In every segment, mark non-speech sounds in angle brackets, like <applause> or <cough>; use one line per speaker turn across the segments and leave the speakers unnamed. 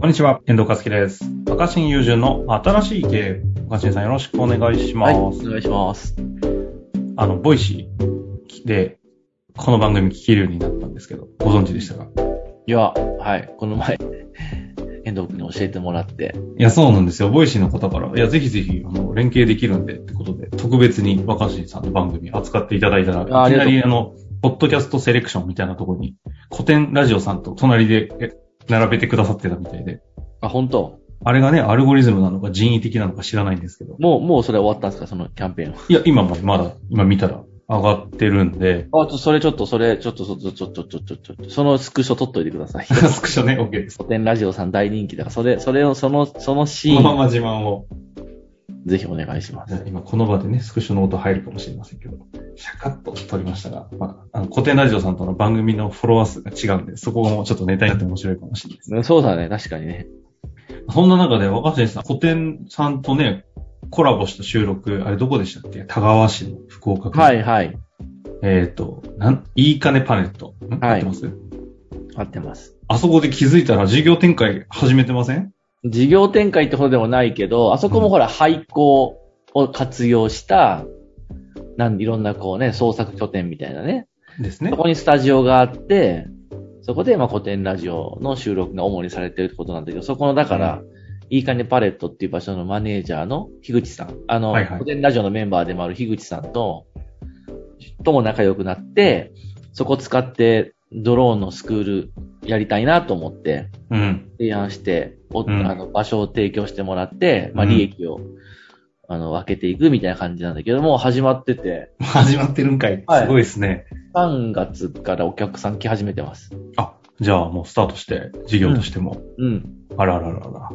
こんにちは、遠藤和樹です。若新友人の新しい芸。若新さんよろしくお願いしま
はい、
す。
お願いします。
あの、ボイシーで、この番組聞けるようになったんですけど、ご存知でしたか
いや、はい、この前、 <laughs> 遠藤君に教えてもらって、
いや、そうなんですよ。ボイシーの方から、いや、ぜひぜひ、あの、連携できるんで、ってことで、特別に若新さんの番組扱っていただいた
あ
ら、
あ
い
り
きな
がとう
り、あの、ポッドキャストセレクションみたいなところに、古典ラジオさんと隣で、え並べてくださってたみたいで、
あ、本当
あれがね、アルゴリズムなのか人為的なのか知らないんですけど、
もう、もうそれ終わったんですかそのキャンペーンは。
いや、今もまだ、今見たら上がってるんで、
あ、ちょ、それちょっと、それ、ちょっと、ちょっと、ちょっと、ちょっと、ちょっと、そのスクショ取っといてください。
<laughs> スクショね、OK です。
<laughs> 古典ラジオさん大人気だから、それ、それを、その、そのシ
このま
ーン、
ま自慢を。
ぜひお願いします。
今この場でね、スクショの音入るかもしれませんけど、シャカッと撮りましたが、まあ、あの、古典ラジオさんとの番組のフォロワー数が違うんで、そこもちょっとネタになって面白いかもしれないです。
うんそうだね、確かにね。
そんな中で若新さん、古典さんとね、コラボした収録、あれどこでしたっけ田川市の福岡県。
はい、。はい。
えっ、と、なん、いいかねパネット。ん
は
合っ
い
てます
合ってます。
あそこで気づいたら事業展開始めてません
事業展開ってほどでもないけど、あそこもほら、廃校を活用した、なんいろんなこうね、創作拠点みたいなね、
ですね
そ。こにスタジオがあって、そこでまあ古典ラジオの収録が主にされてるってことなんだけど、そこのだから、いいかねパレットっていう場所のマネージャーの樋口さん。あの、
はいはい
古典ラジオのメンバーでもある樋口さんと、とも仲良くなって、そこ使ってドローンのスクールやりたいなと思って
うん。
提案して、お
うん
あの場所を提供してもらって、まあ
うん
利益を、あの分けていくみたいな感じなんだけども、始まってて、
始まってるんかい。
はい
すごいですね。
3月からお客さん来始めてます。
あ、じゃあもうスタートして、事業としても。
うん。
あらあらあらあら。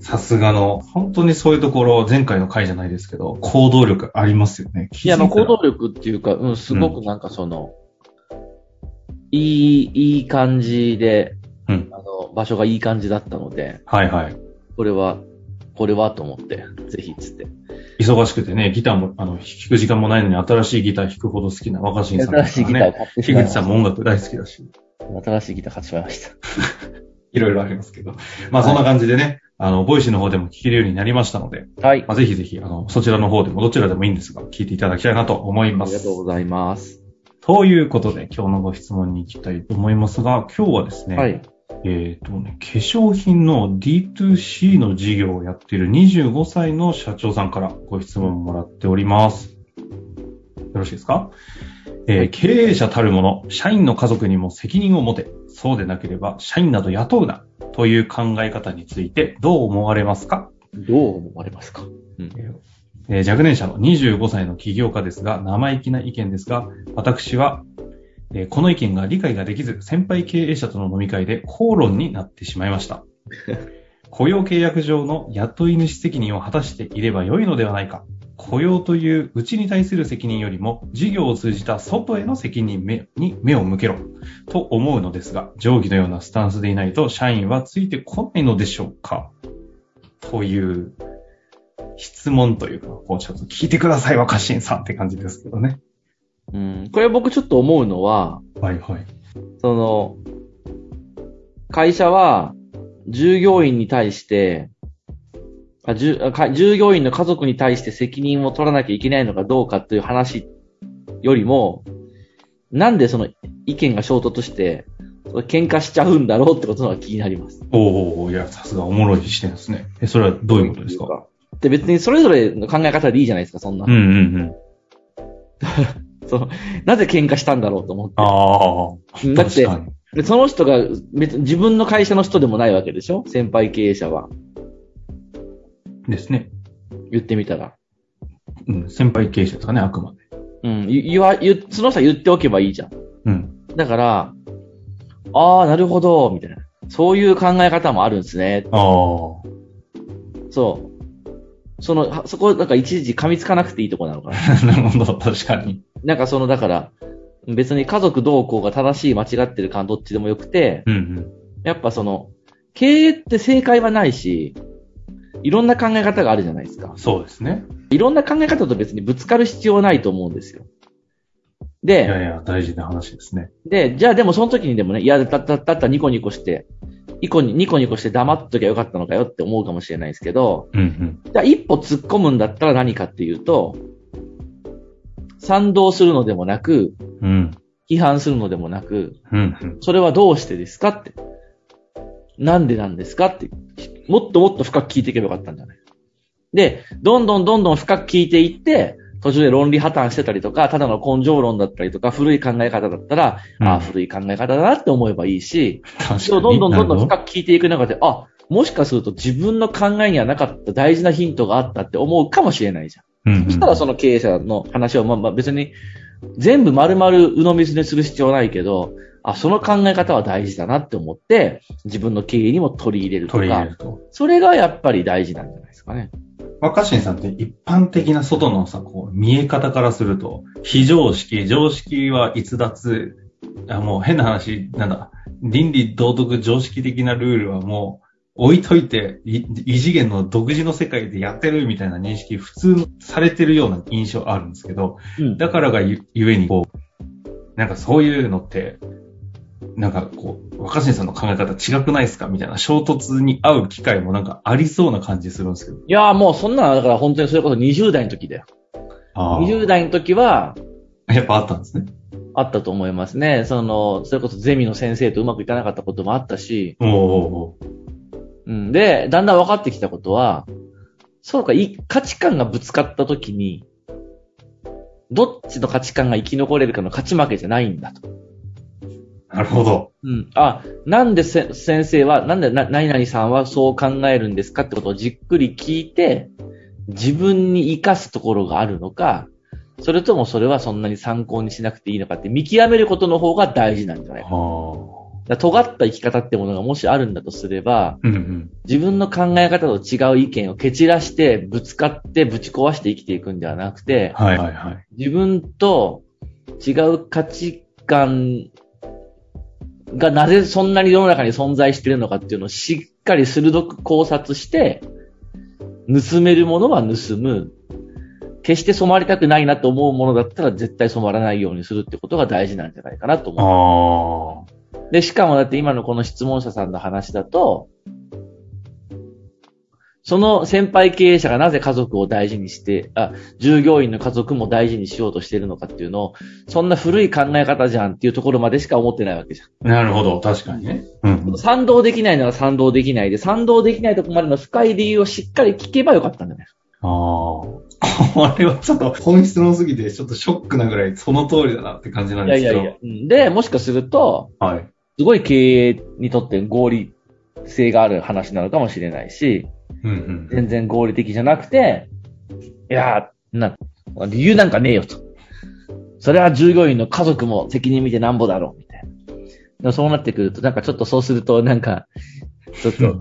さすがの、本当にそういうところ、前回の回じゃないですけど、行動力ありますよね。
いや、まあ
気づ
行
たら
動力っていうか、うん、すごくなんかその、いい、いい感じで、
うん
あの、場所がいい感じだったので、
はいはい。
これは、これはと思って、ぜひ、つって。
忙しくてね、ギターも、あの、弾く時間もないのに新しいギター弾くほど好きな若新さんとか
新
ね。
しいギターを買ってしま
樋
いま
口
し
さ
た
ん。も音楽大好きだし、
新しいギター買ってしまいました。
いろいろありますけど。まあそんな感じでね、あの、ボイシーの方でも聞けるようになりましたので、
はい。
まあぜひぜひ、あの、そちらの方でもどちらでもいいんですが、聞いていただきたいなと思い
あ
ま
り
す
がと。うございます。
ということで、今日のご質問に行きたいと思いますが、今日はですね、
はい。
えっ、とね、化粧品の D2C の事業をやっている25歳の社長さんからご質問をもらっております。よろしいですか、えー
はい
経営者たるもの、社員の家族にも責任を持て、そうでなければ社員など雇うな、という考え方についてどう思われますか
どう思われますか
えー若年者の25歳の起業家ですが、生意気な意見ですが、私は、えーこの意見が理解ができず、先輩経営者との飲み会で口論になってしまいました。雇用契約上の雇い主責任を果たしていれば良いのではないか。雇用といううちに対する責任よりも、事業を通じた外への責任めに目を向けろ。と思うのですが、定規のようなスタンスでいないと、社員はついてこないのでしょうかという質問というか、こうちょっと聞いてください、若新さんって感じですけどね。
うん。これ僕ちょっと思うのは、
はいはい。
その、会社は、従業員に対して、あじゅあか従業員の家族に対して責任を取らなきゃいけないのかどうかという話よりも、なんでその意見が衝突して、その喧嘩しちゃうんだろうってことのが気になります。
おー、いや、さすがおもろい視点ですね。え、それはどういうことですか
で別にそれぞれの考え方でいいじゃないですか、そんな。
うんうんうん。
そのなぜ喧嘩したんだろうと思って。
ああ、
だっ
確
て
かに。
で、その人が別に自分の会社の人でもないわけでしょ先輩経営者は。
ですね。
言ってみたら。
うん、先輩経営者ですかね、あくまで。
うん、言言わ、言、その人は言っておけばいいじゃん。
うん。
だから、ああ、なるほど、みたいな。そういう考え方もあるんですね。
ああ。
そう。その、はそこ、なんか一時噛みつかなくていいとこなのかな。
な
<laughs>
るほど、確かに。
なんかその、だから、別に家族同行が正しい、間違ってる感どっちでもよくて、
うんうん。
やっぱその、経営って正解はないし、いろんな考え方があるじゃないですか。
そうですね。
いろんな考え方と別にぶつかる必要はないと思うんですよ。
い
で、
やいや、大事な話ですね。
で、じゃあでもその時にでもね、いや、だだだったらニコニコして、ニコニニコニコして黙っときゃよかったのかよって思うかもしれないですけど、
うん
じゃあ一歩突っ込むんだったら何かっていうと、賛同するのでもなく、
うん。うん。
批判するのでもなく、
うんうん。
それはどうしてですかって。なんでなんですかって。もっともっと深く聞いていけばよかったんじゃないで、どんどんどんどん深く聞いていって、途中で論理破綻してたりとか、ただの根性論だったりとか、古い考え方だったら、
うん
ああ、古い考え方だなって思えばいいし、
確かに。
どんどんどんどん
なる
深く聞いていく中で、あ、もしかすると自分の考えにはなかった大事なヒントがあったって思うかもしれないじゃん。
ほどうんうん
そしたらその経営者の話を、まあ、まあ別に全部丸々鵜呑みにする必要はないけど、あ、その考え方は大事だなって思って、自分の経営にも取り入れると
取り入れ
か、
ると。
それがやっぱり大事なんじゃないですかね。
若新さんって一般的な外のさ、こう、見え方からすると、非常識、常識は逸脱、あもう変な話、なんだ、倫理道徳常識的なルールはもう、置いといて、い異次元の独自の世界でやってるみたいな認識、普通のされてるような印象あるんですけど、
うん。
だからがゆゆえに、こう、なんかそういうのって、なんかこう、若新さんの考え方違くないですかみたいな衝突に合う機会もなんかありそうな感じするんですけど。
いやーもうそんなのだから本当にそれこそ20代の時だよ。
あ
20代の時は、
<laughs> やっぱあったんですね。
あったと思いますね。その、それこそゼミの先生とうまくいかなかったこともあったし、
おーおー
うん。で、だんだん分かってきたことは、そうか、い価値観がぶつかった時に、どっちの価値観が生き残れるかの勝ち負けじゃないんだと。
なるほど。
うん。あ、なんでせ先生は、なんでな何々さんはそう考えるんですかってことをじっくり聞いて、自分に活かすところがあるのか、それともそれはそんなに参考にしなくていいのかって見極めることの方が大事なんじゃないか。
あ
だから尖った生き方ってものがもしあるんだとすれば、
うんうん。
自分の考え方と違う意見を蹴散らして、ぶつかって、ぶち壊して生きていくんではなくて、
はいはいはい。
自分と違う価値観がなぜそんなに世の中に存在しているのかっていうのをしっかり鋭く考察して、盗めるものは盗む。決して染まりたくないなと思うものだったら絶対染まらないようにするってことが大事なんじゃないかなと思う。
あ
で、しかもだって今のこの質問者さんの話だと、その先輩経営者がなぜ家族を大事にして、あ、従業員の家族も大事にしようとしているのかっていうのを、そんな古い考え方じゃんっていうところまでしか思ってないわけじゃん。
あ。なるほど。確かにね。うん
賛同できないなら賛同できないで、賛同できないとこまでの深い理由をしっかり聞けばよかったんじゃない
ああ。これはちょっと本質のすぎて、ちょっとショックなぐらいその通りだなって感じなん
いや
です
い
けど。
やいや。うんで、もしかすると、
はい。
すごい経営にとって合理性がある話なのかもしれないし、
うんうん。
全然合理的じゃなくて、いやー、な、理由なんかねえよと。それは従業員の家族も責任見てなんぼだろう、みたいな。でもそうなってくると、なんかちょっとそうすると、なんか、ちょっと、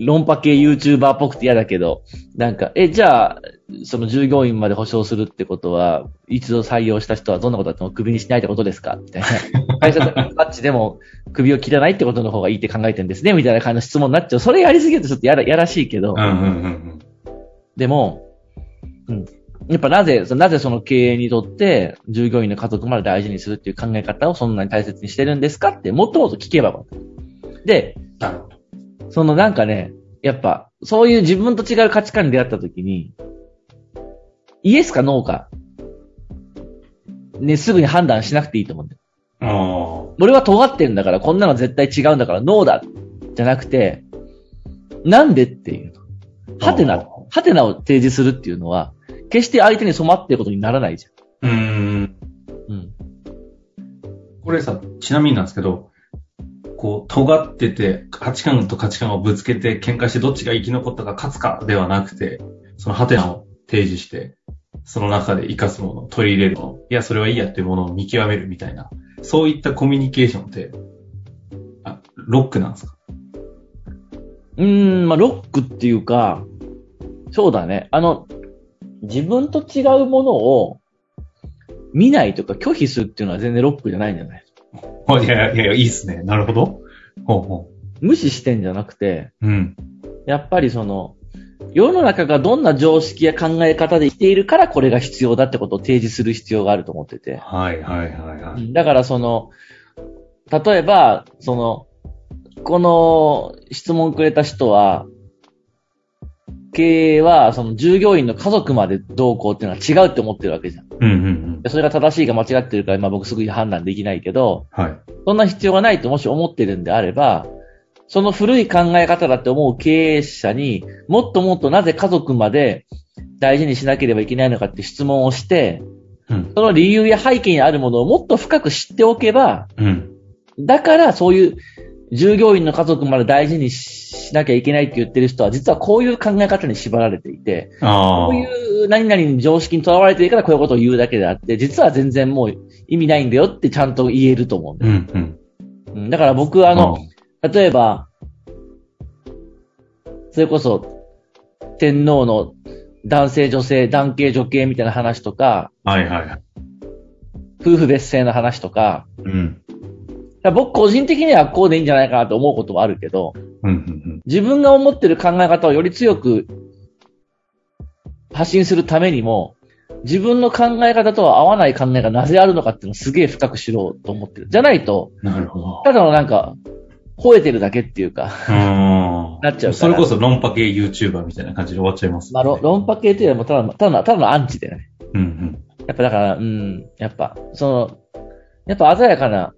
論破系 YouTuber っぽくて嫌だけど、なんか、え、じゃあ、その従業員まで保証するってことは、一度採用した人はどんなことあってもクビにしないってことですかみたい
<laughs>
な。会社のタッチでも首を切らないってことの方がいいって考えてるんですねみたいな感じの質問になっちゃう。それやりすぎるとちょっとやらやらしいけど。
うんうんうん
でも、うん。やっぱなぜ、そなぜその経営にとって従業員の家族まで大事にするっていう考え方をそんなに大切にしてるんですかってもっともっと聞けばよかったで、
うん。なるほど。
そのなんかね、やっぱ、そういう自分と違う価値観に出会った時に、イエスかノーか、ね、すぐに判断しなくていいと思うんだよ。
あ
俺は尖ってるんだから、こんなの絶対違うんだから、ノーだじゃなくて、なんでっていうの。
あ。
ハテナ、ハテナを提示するっていうのは、決して相手に染まってることにならないじ
うーん。
ゃん。うん。
これさ、ちなみになんですけど、こう、尖ってて、価値観と価値観をぶつけて、喧嘩してどっちが生き残ったか勝つかではなくて、そのハテナを提示して、その中で活かすもの、取り入れるもの、いや、それはいいやっていうものを見極めるみたいな、そういったコミュニケーションって、あ、ロックなんですか
うーん、まあ、ロックっていうか、そうだね。あの、自分と違うものを見ないとか拒否するっていうのは全然ロックじゃないんじゃない
あいやいやいや、いいっすね。なるほど。ほうほ
無視してんじゃなくて、
う。うん。
やっぱりその、世の中がどんな常識や考え方で生きているからこれが必要だってことを提示する必要があると思ってて。
はいはいはいはい。
だからその、例えば、その、この質問くれた人は、経営は、その従業員の家族までどうこうっていうのは違うって思ってるわけじゃん。
うんうんうん。
でそれが正しいか間違ってるか今僕すぐに判断できないけど、
はい。
そんな必要がないともし思ってるんであれば、その古い考え方だって思う経営者にもっともっとなぜ家族まで大事にしなければいけないのかって質問をして、
うん。
その理由や背景にあるものをもっと深く知っておけば、
うん。
だからそういう従業員の家族まで大事にしなきゃいけないって言ってる人は、実はこういう考え方に縛られていて、
あ
こ
あ
う。いう何々に常識にとらわれているからこういうことを言うだけであって、実は全然もう意味ないんだよってちゃんと言えると思うんだ
う
よ。
んうん。
うん、だから僕はあの、
ー、
例えば、それこそ、天皇の男性女性、男系女系みたいな話とか、
はいはいはい。
夫婦別姓の話とか、
うん。
だから僕個人的にはこうでいいんじゃないかなと思うことはあるけど、
うんうん
自分が思ってる考え方をより強く発信するためにも、自分の考え方とは合わない考えがなぜあるのかっていうのをすげえ深く知ろうと思ってる。じゃないと、
うん。なるほど。
ただのなんか、吠えてるだけっていうか、
うーん。
なっちゃうから。
それこそ論破系 YouTuber みたいな感じで終わっちゃいます、
まあ、ろ論破系というよりもただの、ただの、ただのアンチだよね。
うんうん。
やっぱだから、うん、やっぱ、その、やっぱ鮮やかな、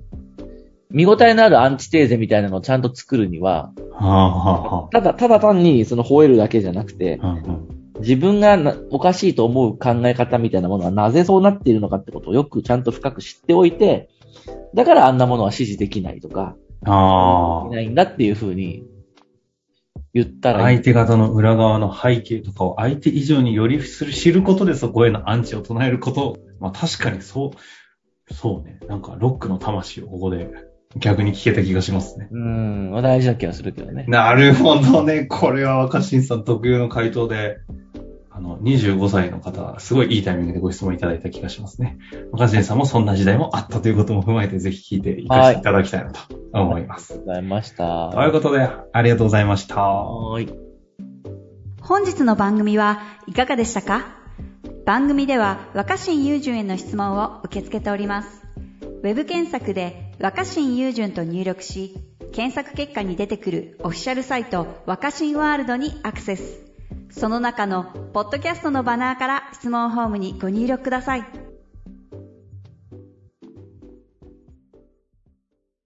見応えのあるアンチテーゼみたいなのをちゃんと作るには、
はあは
ただ、ただ単にその吠えるだけじゃなくて
あ、はあ。うん
自分がなおかしいと思う考え方みたいなものはなぜそうなっているのかってことをよくちゃんと深く知っておいて、だからあんなものは支持できないとか、
うん、あ
で
あ
き。ないんだっていうふうに言ったらいい
相手方の裏側の背景とかを相手以上によりする知ることでそこへのアンチを唱えること。まあ確かにそう、そうね。なんかロックの魂をここで逆に聞けた気がしますね。
うん、まあ大事な気がするけどね。
なるほどね。これは若新さん特有の回答で、あの、25歳の方、すごいいいタイミングでご質問いただいた気がしますね。若新さんもそんな時代もあったということも踏まえて、ぜひ聞いていかせていただきたいなと思います。
ありがとうございました。
ということで、ありがとうございました。
はーい。
本日の番組はいかがでしたか番組では若新雄純への質問を受け付けております。ウェブ検索で若新雄純と入力し、検索結果に出てくるオフィシャルサイト若新ワールドにアクセス。その中のポッドキャストのバナーから質問フォームにご入力ください。